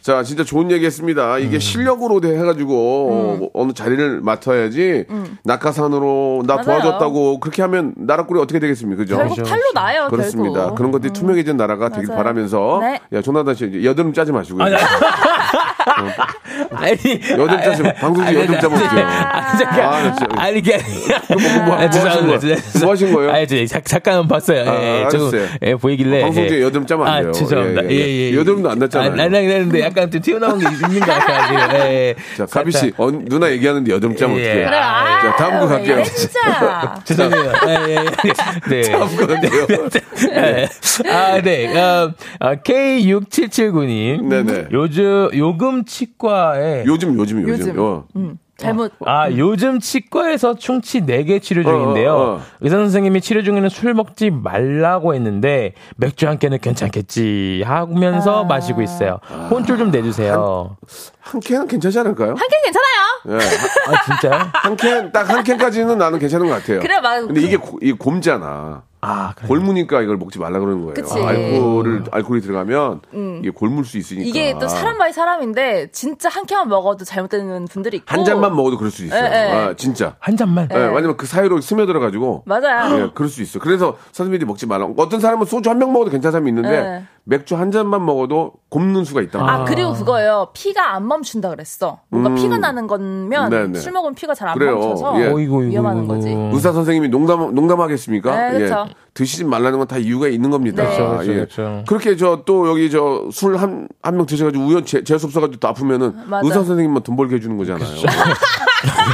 A: 자, 진짜 좋은 얘기 했습니다. 이게 실력으로 돼- 해가지고
F: 음.
A: 어, 뭐 어느 자리를 맡아야지 낙하산으로 나
F: 맞아요.
A: 도와줬다고 그렇게 하면 나라 꼴이 어떻게 되겠습니까? 그죠?
F: 결국 탈로 나요,
A: 그렇습니다.
F: 결국.
A: 그런 것들이 투명해진 나라가 되길
F: 맞아요.
A: 바라면서
F: 네.
A: 야, 조나단 씨 이제 여드름 짜지 마시고. 요
G: 아니
A: 여드름 짜지 마. 방송 중에 여드름 짜면 어떡해요.
G: 네. 아니
A: 아,
G: 잠깐
A: 진짜.
G: 아니 이게
A: 뭐, 뭐, 뭐 하신 거예요? 뭐 하신 거예요?
G: 아니 저 자- 잠깐만 봤어요.
A: 아,
G: 예,
A: 알았어요. 아,
G: 조금, 예, 보이길래
A: 방송 중에 여드름 짜면 안 돼요.
G: 아, 죄송합니다.
A: 예,
G: 예,
A: 예,
G: 예,
A: 예. 여드름도 안 났잖아요.
G: 아, 날라긴 했는데 약간 좀 튀어나온 게 있는 것 같아요. 지금. 예.
A: 자, 가비 씨, 어, 누나 얘기하는데 여드름 짜면
G: 예.
A: 어떡해요?
G: 그래요.
F: 아,
A: 자, 다음 거 갈게요.
F: 진짜.
G: 죄송해요. 예, 예, 예. 네. 네. 아, 네. 어, 어, K6779님.
A: 네네.
G: 요즘, 요금 치과에.
A: 요즘, 요즘, 요즘.
F: 요즘. 음.
A: 어.
F: 잘못.
G: 아, 요즘 치과에서 충치 4개 치료 중인데요.
A: 음. 어, 어, 어.
G: 의사 선생님이 치료 중에는 술 먹지 말라고 했는데 맥주 한 캔은 괜찮겠지 하면서 마시고 있어요.
A: 아.
G: 혼쭐 좀 내주세요.
A: 한 캔은 괜찮지 않을까요?
F: 한캔 괜찮아요.
A: 예.
G: 아, 진짜요?
A: 한 캔, 딱 한 캔까지는 나는 괜찮은 것 같아요.
F: 그래, 막-
A: 근데 이게 고, 이 곰잖아.
G: 아, 그래.
A: 골무니까 이걸 먹지 말라 그러는 거예요.
F: 그치. 음.
A: 알코올을, 알코올이 들어가면 이게 골물 수 있으니까.
F: 이게 또 사람 바이 사람인데 진짜 한 캔만 먹어도 잘못되는 분들이 있고.
A: 한 잔만 먹어도 그럴 수 있어요.
F: 예, 예.
A: 아, 진짜.
G: 한 잔만.
A: 예, 왜냐면 그 사이로 스며들어가지고.
F: 맞아요.
A: 예, 그럴 수 있어. 그래서 선생님들이 먹지 말라. 어떤 사람은 소주 한 병 먹어도 괜찮은 사람이 있는데
F: 네.
A: 맥주 한 잔만 먹어도 곱는 수가 있다.
F: 아, 그리고 그거예요. 피가 안 멈춘다 그랬어. 뭔가 피가 나는
A: 음.
F: 거면
A: 네네.
F: 술 먹으면 피가 잘 안
A: 그래요.
F: 멈춰서
A: 예.
G: 어이구, 음. 어이구,
F: 위험하는 거지.
G: 어이구.
A: 의사 선생님이 농담 농담하겠습니까? 예.
F: 네, 그쵸.
A: 드시지 말라는 건 다 이유가 있는 겁니다.
F: 네. 그쵸,
G: 그렇죠, 그쵸,
A: 예.
G: 그쵸.
A: 그렇게 저 또 여기 저 술 한 한 명 드셔가지고 우연 재- 재수 없어가지고 또 아프면은
F: 맞아.
A: 의사 선생님만 뭐 돈 벌게 해주는 거잖아요.
G: 그렇죠.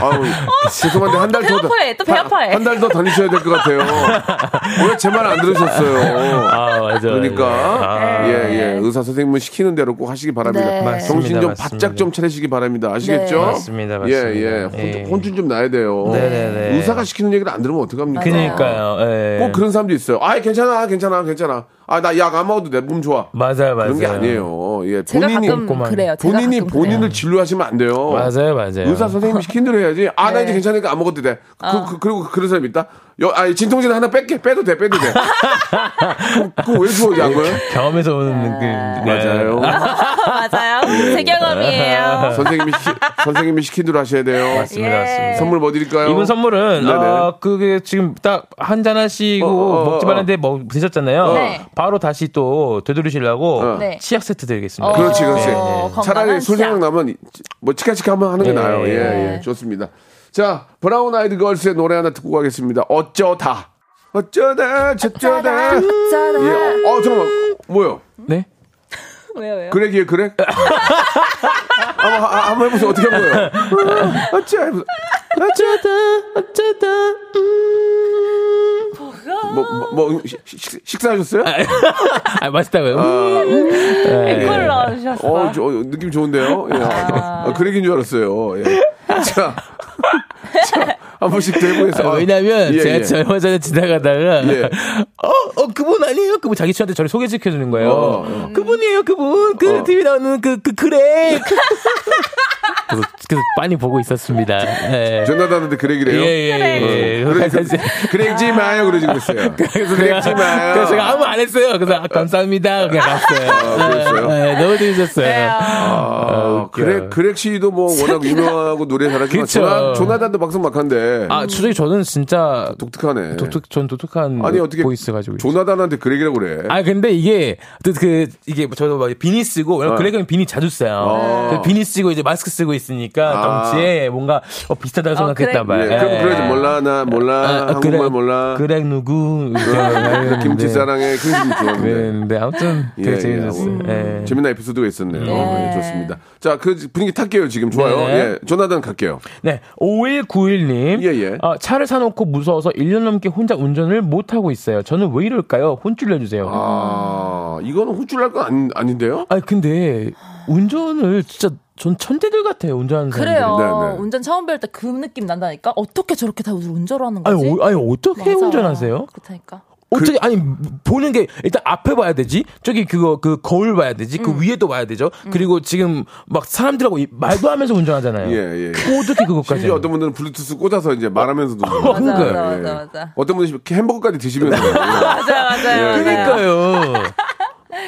A: 아우, 죄송한데 한 달
F: 또
A: 더.
F: 배고파해, 또 배고파해.
A: 한 달 더 다니셔야 될 것 같아요. 왜 제 말 안 들으셨어요?
G: 아, 맞아요.
A: 그러니까 예 예 의사 선생님은 시키는 대로 꼭 하시기 바랍니다.
F: 네. 맞습니다,
A: 정신 좀
G: 맞습니다.
A: 바짝 좀 차리시기 바랍니다. 아시겠죠?
F: 네.
G: 맞습니다, 맞습니다.
A: 예예
G: 예.
A: 혼준 좀 나야 돼요.
G: 네네네.
A: 의사가 시키는 얘기를 안 들으면 어떡합니까?
G: 그러니까요. 예.
A: 꼭 그런 사람도 있어요. 아 괜찮아 괜찮아 괜찮아. 아 나 약 안 먹어도 내 몸 좋아.
G: 맞아요, 맞아요.
A: 그런 게 아니에요. 예
F: 제가
A: 본인이
F: 가끔
G: 꼼꼼하게.
F: 그래요. 제가
A: 본인이
F: 가끔
A: 본인을
F: 그래요.
A: 진료하시면 안 돼요.
G: 맞아요, 맞아요.
A: 의사 선생님이 시킨 대로 해야지. 아,
G: 네.
A: 나 이제 괜찮으니까 안 먹어도 돼. 그, 리고 그런 사람 있다? 여, 아, 진통제는 하나 뺄게. 빼도 돼, 빼도 돼. 그왜 주워, 약을?
G: 네. 경험에서 오는 그,
A: 맞아요.
G: 네.
F: 맞아요. 제 경험이에요.
A: 선생님이, 시키, 선생님이 시킨 대로 하셔야 돼요.
G: 맞습니다, 맞습니다.
A: 선물 뭐 드릴까요?
G: 이분 선물은
A: 네네.
G: 어, 그게 지금 딱 한 잔 하시고
A: 어, 어,
G: 먹지
A: 어.
G: 말았는데 먹 드셨잖아요.
F: 네.
G: 바로 다시 또 되돌리시려고
A: 어.
F: 네.
G: 치약 세트 드리겠습니다.
A: 그렇지, 그렇지.
G: 네,
F: 건강한
A: 차라리 술
F: 시작.
A: 생각나면, 뭐, 치카치카 한번 하는 게
G: 예,
A: 나아요. 예,
G: 예.
A: 예. 좋습니다. 자, 브라운 아이드 걸스의 노래 하나 듣고 가겠습니다. 어쩌다. 어쩌다, 저쩌다. 예,
F: 짜잔.
A: 어, 잠깐만. 뭐요?
F: 어.
G: 네?
F: 왜요, 왜요?
A: 그렉이에요, 그렉? 한번, 아, 한번 해보세요. 어떻게 한 거예요? 어째, 해보세요. 어쩌다, 어쩌다, 음. 뭐, 뭐, 뭐 식- 식- 식사하셨어요?
G: 아, 맛있다고요? 음.
F: 댓글 넣으셨어요.
A: 어, 저, 어, 느낌 좋은데요? 예. 아, 그렉인 줄 알았어요. 예. 자. 자, 한 번씩 예, 대구에서.
G: 아, 왜냐면 제가 얼마 전에 지나가다가
A: 예.
G: 어, 어 그분 아니에요? 그분 자기 친구한테 저를 소개시켜 주는 거예요.
A: 어, 어.
G: 그분이에요, 그분. 그
A: 어.
G: TV 나오는 그, 그 그래. 그래서, 그래서 많이 보고 있었습니다. 예.
A: 전화다는데 그렉이래요? 어.
G: 예, 예, 예. 그래서
A: 그렉지 마요, 그러지 그랬어요.
G: 제가,
A: 그렉지 마요.
G: 그래서 제가 아무 말 안 했어요. 그래서 아, 감사합니다. 그냥 갔어요.
A: 아, 그랬어요?
G: 예, 너무 재밌었어요.
A: 아,
G: 웃겨.
A: 그렉, 그렉 씨도 뭐 워낙 유명하고 노래 잘하지만
G: 그쵸.
A: 조나, 조나단도 막상 막한데
G: 아, 솔직히 저는 진짜
A: 독특하네.
G: 독특, 전 독특한
A: 아니 어떻게
G: 보이스 가지고. 있어요.
A: 조나단한테 그렉이라고 그래?
G: 아 근데 이게 또 그 이게 저도 막 비니 쓰고
A: 네.
G: 왜냐면 그레이건 비니 자주 써요.
A: 어.
G: 그래서 비니 쓰고 이제 마스크 쓰고 있으니까
A: 아.
G: 덩치에 뭔가 어, 비슷하다고 생각했나
F: 그레이-
A: 예,
G: 봐요.
A: 그럼
G: 예.
A: 그러지 몰라 나 몰라
G: 아,
A: 한국말
G: 그레이-
A: 몰라 아,
G: 그레이 누구 네.
A: 김치 사랑해 그 김치 좋아하는데
G: 그랬는데 네, 아무튼 되게
A: 예,
G: 재밌었어요.
A: 예.
G: 예.
A: 재미난 에피소드가 있었네요.
F: 네.
A: 예, 좋습니다. 자, 그 분위기 탈게요, 지금. 좋아요.
G: 네네.
A: 예, 조나단 갈게요.
G: 네, 5191님.
A: 예, 예.
G: 어, 차를 사놓고 무서워서 1년 넘게 혼자 운전을 못하고 있어요. 저는 왜 이럴까요? 혼쭐 내주세요. 아.
A: 아, 이거는 호출할 건 아닌, 아닌데요?
G: 니 근데 운전을 진짜 전 천재들 같아요. 운전하는 사람들.
F: 그래요.
A: 네, 네.
F: 운전 처음 배울 때 그 느낌 난다니까? 어떻게 저렇게 다 운전을 하는 거지?
G: 아니, 어, 아니 어떻게
F: 맞아.
G: 운전하세요?
F: 그렇다니까.
G: 어떻게 아니 보는 게 일단 앞에 봐야 되지 저기 그거 그 거울 봐야 되지 그
F: 음.
G: 위에도 봐야 되죠 그리고 지금 막 사람들하고 이- 말도 하면서 운전하잖아요
A: 예, 예.
G: 어떻게 그것까지
A: 심지어 어떤 분들은 블루투스 꽂아서 이제 말하면서도.
G: 맞아,
A: 먹어요.
G: 맞아,
F: 맞아,
A: 예.
F: 맞아.
A: 어떤 분은 이렇게 햄버거까지 드시면서.
F: 맞아요, 맞아요.
A: 예,
F: 맞아요.
G: 그러니까요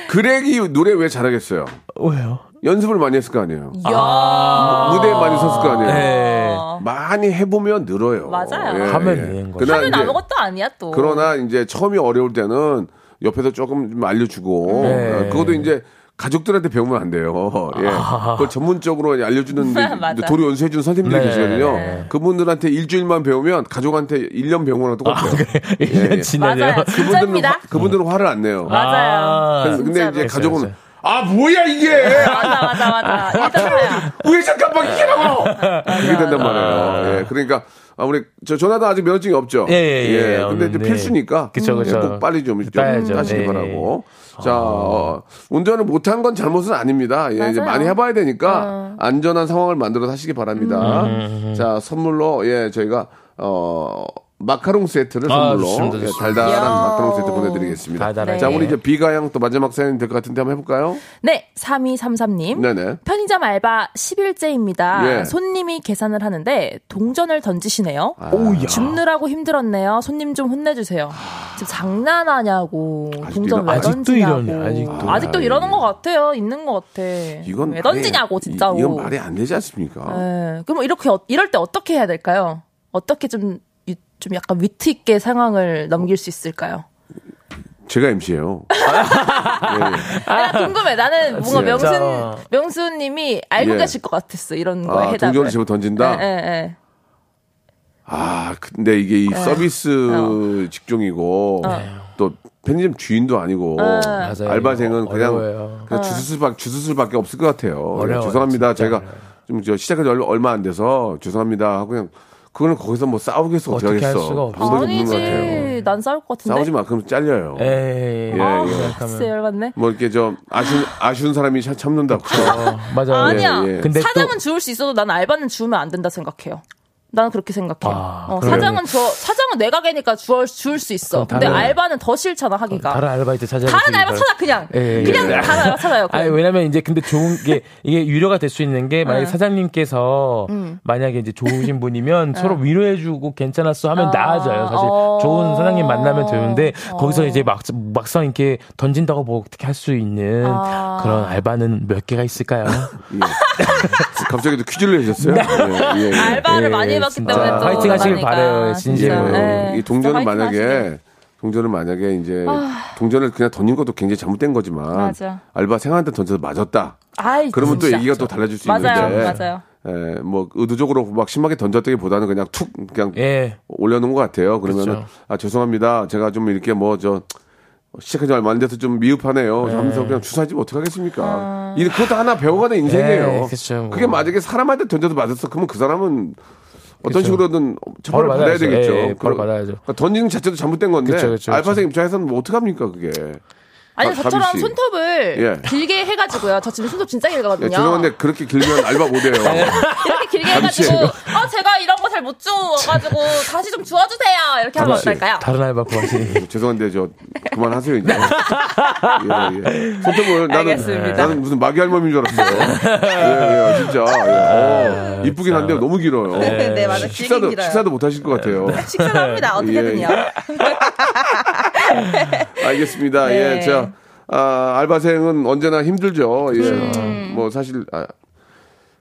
A: 그렉이 노래 왜 잘하겠어요?
G: 왜요
A: 연습을 많이 했을 거 아니에요.
F: 이야.
A: 무대에 많이 섰을 거 아니에요.
G: 네.
A: 많이 해보면 늘어요. 예,
F: 맞아요.
G: 하면 되는 거죠.
A: 그러나
F: 하면
A: 이제-
F: 아무것도 아니야 또.
A: 그러나 이제 처음이 어려울 때는 옆에서 조금 좀 알려주고
G: 네.
A: 어, 그것도 이제 가족들한테 배우면 안 돼요. 예. 그걸 전문적으로 알려주는
F: 맞아.
A: 이제 도로 연수해 주는 선생님들이
G: 네.
A: 계시거든요. 그분한테 일주일만 배우면 가족한테 1년 배운 거랑 똑같아요.
G: 네.
A: 예, 예.
G: 1년 지나네요
F: 맞아요.
A: 그분들은
F: 진짜입니다.
A: 화, 그분들은 화를 안 내요.
F: 맞아요.
A: 그래서 근데
F: 진짜로.
A: 이제 가족은
G: 맞아요.
A: 아 뭐야 이게
F: 맞아, 맞아, 맞아. 일단 하야.
A: 왜
G: 뭐
A: 잠깐만 이게 나와 이렇게 된단 말이에요. 예, 그러니까 아, 우리 저 전화도 아직 면허증이 없죠.
G: 예, 예, 예.
A: 근데 이제
G: 네.
A: 필수니까
G: 그쵸, 그쵸.
A: 예, 꼭 빨리 좀, 좀
G: 따야죠.
A: 하시기
G: 네.
A: 바라고. 자 어, 운전을 못한 건 잘못은 아닙니다. 예, 이제
F: 맞아요. 어.
A: 많이 해봐야 되니까 안전한 상황을 만들어서 하시기
G: 음,
A: 바랍니다. 자 선물로 예 저희가 어. 마카롱 세트를
G: 아,
A: 선물로
G: 좋습니다,
A: 예,
G: 좋습니다.
A: 달달한
F: 이야.
A: 마카롱 세트 보내드리겠습니다.
G: 달달하게.
A: 자 우리 이제 비가양 또 마지막 사연 될 것 같은데 한번 해볼까요?
F: 네, 3233님.
A: 네네.
F: 편의점 알바 10일째입니다.
A: 예.
F: 손님이 계산을 하는데 동전을 던지시네요.
A: 아.
F: 줍느라고 힘들었네요. 손님 좀 혼내주세요. 지금 장난하냐고.
A: 아. 아직도
F: 동전
A: 이러-
F: 왜
G: 아직도
F: 던지냐고.
G: 이러네, 아직도.
F: 이러는 것 같아요. 있는 것 같아.
A: 이건
F: 왜
A: 말이-
F: 던지냐고 진짜로.
A: 이, 이건 말이 안 되지 않습니까?
F: 예. 그럼 이렇게 어- 이럴 때 어떻게 해야 될까요? 어떻게 좀 좀 약간 위트 있게 상황을 넘길 수 있을까요?
A: 제가 MC예요.
F: 아, 나 궁금해. 나는 뭔가
A: 진짜.
F: 명순 명수님이 알고
A: 예.
F: 계실 것 같았어. 이런 거에
A: 아,
F: 해답을.
A: 동전을 집어 던진다.
F: 예, 예,
A: 아, 근데 이게
F: 네.
A: 이
F: 어.
A: 서비스 직종이고 또 편의점 주인도 아니고
F: 네.
G: 맞아요.
A: 알바생은
G: 어려워요.
A: 그냥 그냥 주수술밖 주수술밖에 없을 것 같아요. 그냥
G: 어려워요,
A: 죄송합니다.
G: 진짜
A: 제가
G: 어려워요.
A: 좀 저 시작한 지 얼마, 얼마 안 돼서 죄송합니다 하고 그냥 그거는 거기서 뭐 싸우겠어 어떻게
G: 어떻게 할
A: 하겠어.
G: 수가 없어.
A: 방법이 없는 것 같아요.
F: 아니지. 난 싸울 것 같은데.
A: 싸우지 마. 그럼 잘려요.
F: 네,
G: 네. 에이
A: 아,
F: 진짜 열받네.
A: 뭐 이렇게 좀 아쉬운 아쉬운 사람이 참- 참는다고.
G: 맞아요
F: 아니야.
A: 예, 예.
G: 근데 또-
F: 사장은 주울 수 있어도 난 알바는 주우면 안 된다 생각해요. 나는 그렇게 생각해요.
G: 아,
F: 어,
G: 그래요?
F: 사장은 주 사장은 내가게니까 주울, 주울 수 있어.
G: 그럼
F: 근데
G: 다른-
F: 알바는 더 싫잖아 하기가.
G: 다른 알바이트 찾아
F: 다른 알바 찾아 그냥
G: 예, 예.
F: 그냥
G: 예.
F: 다른 알바 찾아요.
G: 아니
F: 그냥.
G: 왜냐면 이제 근데 좋은 게 이게 유료가 될 수 있는 게 만약 에 사장님께서 만약에 이제 좋으신 분이면 서로 위로해주고 괜찮았어 하면 나아져요 사실
F: 어.
G: 좋은 사장님 만나면 되는데 거기서 이제 막 막상 이렇게 던진다고 뭐 어떻게 할 수 있는
F: 아.
G: 그런 알바는 몇 개가 있을까요?
A: 갑자기 또 퀴즈를 내셨어요.
F: 네.
A: 예, 예, 예.
F: 아, 알바를
G: 예,
F: 많이 해봤기
G: 진짜.
F: 때문에 또
G: 파이팅 하시길
F: 그러니까.
G: 바라요, 진심으로.
F: 진짜, 예,
A: 어, 이
F: 진짜
A: 동전은
F: 파이팅 하시길. 아.
A: 만약에 동전을 만약에 이제 동전을 그냥 던진 것도 굉장히 잘못된 거지만
F: 맞아.
A: 알바생한테 던져서 맞았다.
F: 아이,
A: 그러면 또
F: 진짜.
A: 얘기가 또 달라질 수
F: 맞아요,
A: 있는데.
F: 맞아요.
A: 예, 뭐 의도적으로 막 심하게 던졌다기보다는 그냥 툭 그냥
G: 예.
A: 올려놓은 것 같아요. 그러면은
G: 그렇죠.
A: 아 죄송합니다. 제가 좀 이렇게 뭐 저 시작한 지 얼마 안 돼서 좀 미흡하네요.
G: 예.
A: 하면서 그냥 주사하지 면
F: 아.
A: 어떡하겠습니까? 이 그것도 하나 배워가는
G: 예,
A: 인생이에요.
G: 그렇죠. 뭐.
A: 그게 만약에 사람한테 던져도 맞았어. 그러면 그 사람은 어떤
G: 그렇죠.
A: 식으로든 처벌을
G: 바로
A: 받아야
G: 받아야죠.
A: 되겠죠.
G: 예, 예, 바로
A: 그러-
G: 받아야죠.
A: 그러니까 던지는 자체도 잘못된 건데
G: 그렇죠, 그렇죠,
A: 알파생 입장에서는 뭐 어떡합니까 그게.
F: 아니
A: 가-
F: 저처럼
A: 가빈 씨.
F: 손톱을
A: 예.
F: 길게 해가지고요. 저 지금 손톱 진짜
A: 예,
F: 길거든요.
A: 죄송한데 그렇게 길면 알바 못해요.
F: 이렇게 길게
A: 가빈 씨.
F: 해가지고 아 제가 이런 거 잘 못 주워가지고 다시 좀 주워주세요. 이렇게
A: 가빈
F: 하면
A: 씨.
F: 어떨까요?
G: 다른 알바 구하시는 게.
A: 네. 뭐 죄송한데 저 그만하세요 이제. 예, 예. 손톱을 나는
F: 네. 알겠습니다.
A: 나는 무슨 마귀 할머니인 줄 알았어요. 예, 예, 진짜. 예. 어, 이쁘긴 한데 너무 길어요.
F: 아, 네, 맞아요.
A: 식사도
F: 길긴 길어요. 네,
A: 식사도 못 하실 것 같아요.
F: 식사를 합니다. 어떻게든요.
A: 예, 알겠습니다.
F: 네.
A: 예, 자 아, 알바생은 언제나 힘들죠. 예,
F: 음.
A: 뭐 사실 아,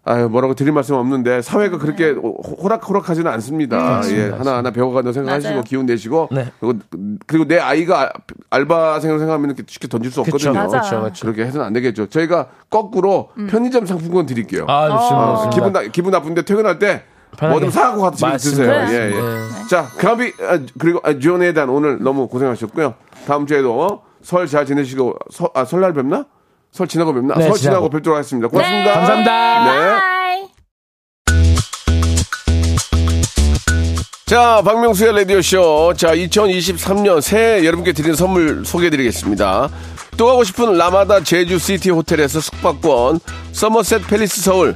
A: 아유, 뭐라고 드릴 말씀 없는데 사회가 그렇게
F: 네.
A: 호락 호락하지는 않습니다. 예, 하나 하나 배워가는 생각하시고
F: 맞아요.
A: 기운 내시고
G: 네.
A: 그리고 그리고 내 아이가 아- 알바생으로 생각하면 이렇게 쉽게 던질 수
G: 그쵸,
A: 없거든요.
F: 맞아.
G: 그쵸, 그쵸.
A: 렇게 해서는 안 되겠죠. 저희가 거꾸로 편의점 상품권 드릴게요.
G: 아 좋습니다.
A: 어,
G: 좋습니다.
A: 기분 나 기분 나쁜데 퇴근할 때 뭐
G: 편하게. 네.
A: 좀 사갖고 가서 집에 드세요.
G: 맞습니다.
A: 예, 예. 자, 가비 아, 그리고 아, 지원에 대한 오늘 너무 고생하셨고요. 다음 주에도 어, 설 잘 지내시고 서, 아, 설날 뵙나? 설 지나고 뵙나?
G: 네,
A: 설
G: 지나고.
A: 지나고 뵙도록 하겠습니다. 고맙습니다.
G: 감사합니다.
A: 네.
F: 바이.
A: 자, 박명수의 라디오쇼. 자, 2023년 새해 여러분께 드린 선물 소개해드리겠습니다. 또 가고 싶은 라마다 제주시티 호텔에서 숙박권, 서머셋 팰리스 서울,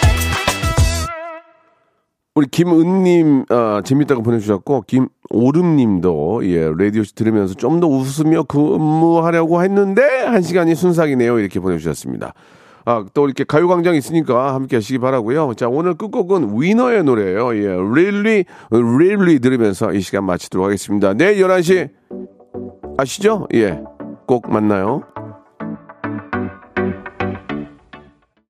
A: 우리 김은님 아, 재밌다고 보내주셨고 김오름님도 예 라디오 씨 들으면서 좀 더 웃으며 근무하려고 했는데 한 시간이 순삭이네요 이렇게 보내주셨습니다. 아, 또 이렇게 가요광장 있으니까 함께 하시기 바라고요 자, 오늘 끝곡은 위너의 노래예요 예, really, really 들으면서 이 시간 마치도록 하겠습니다. 내일 11시 아시죠? 예, 꼭 만나요.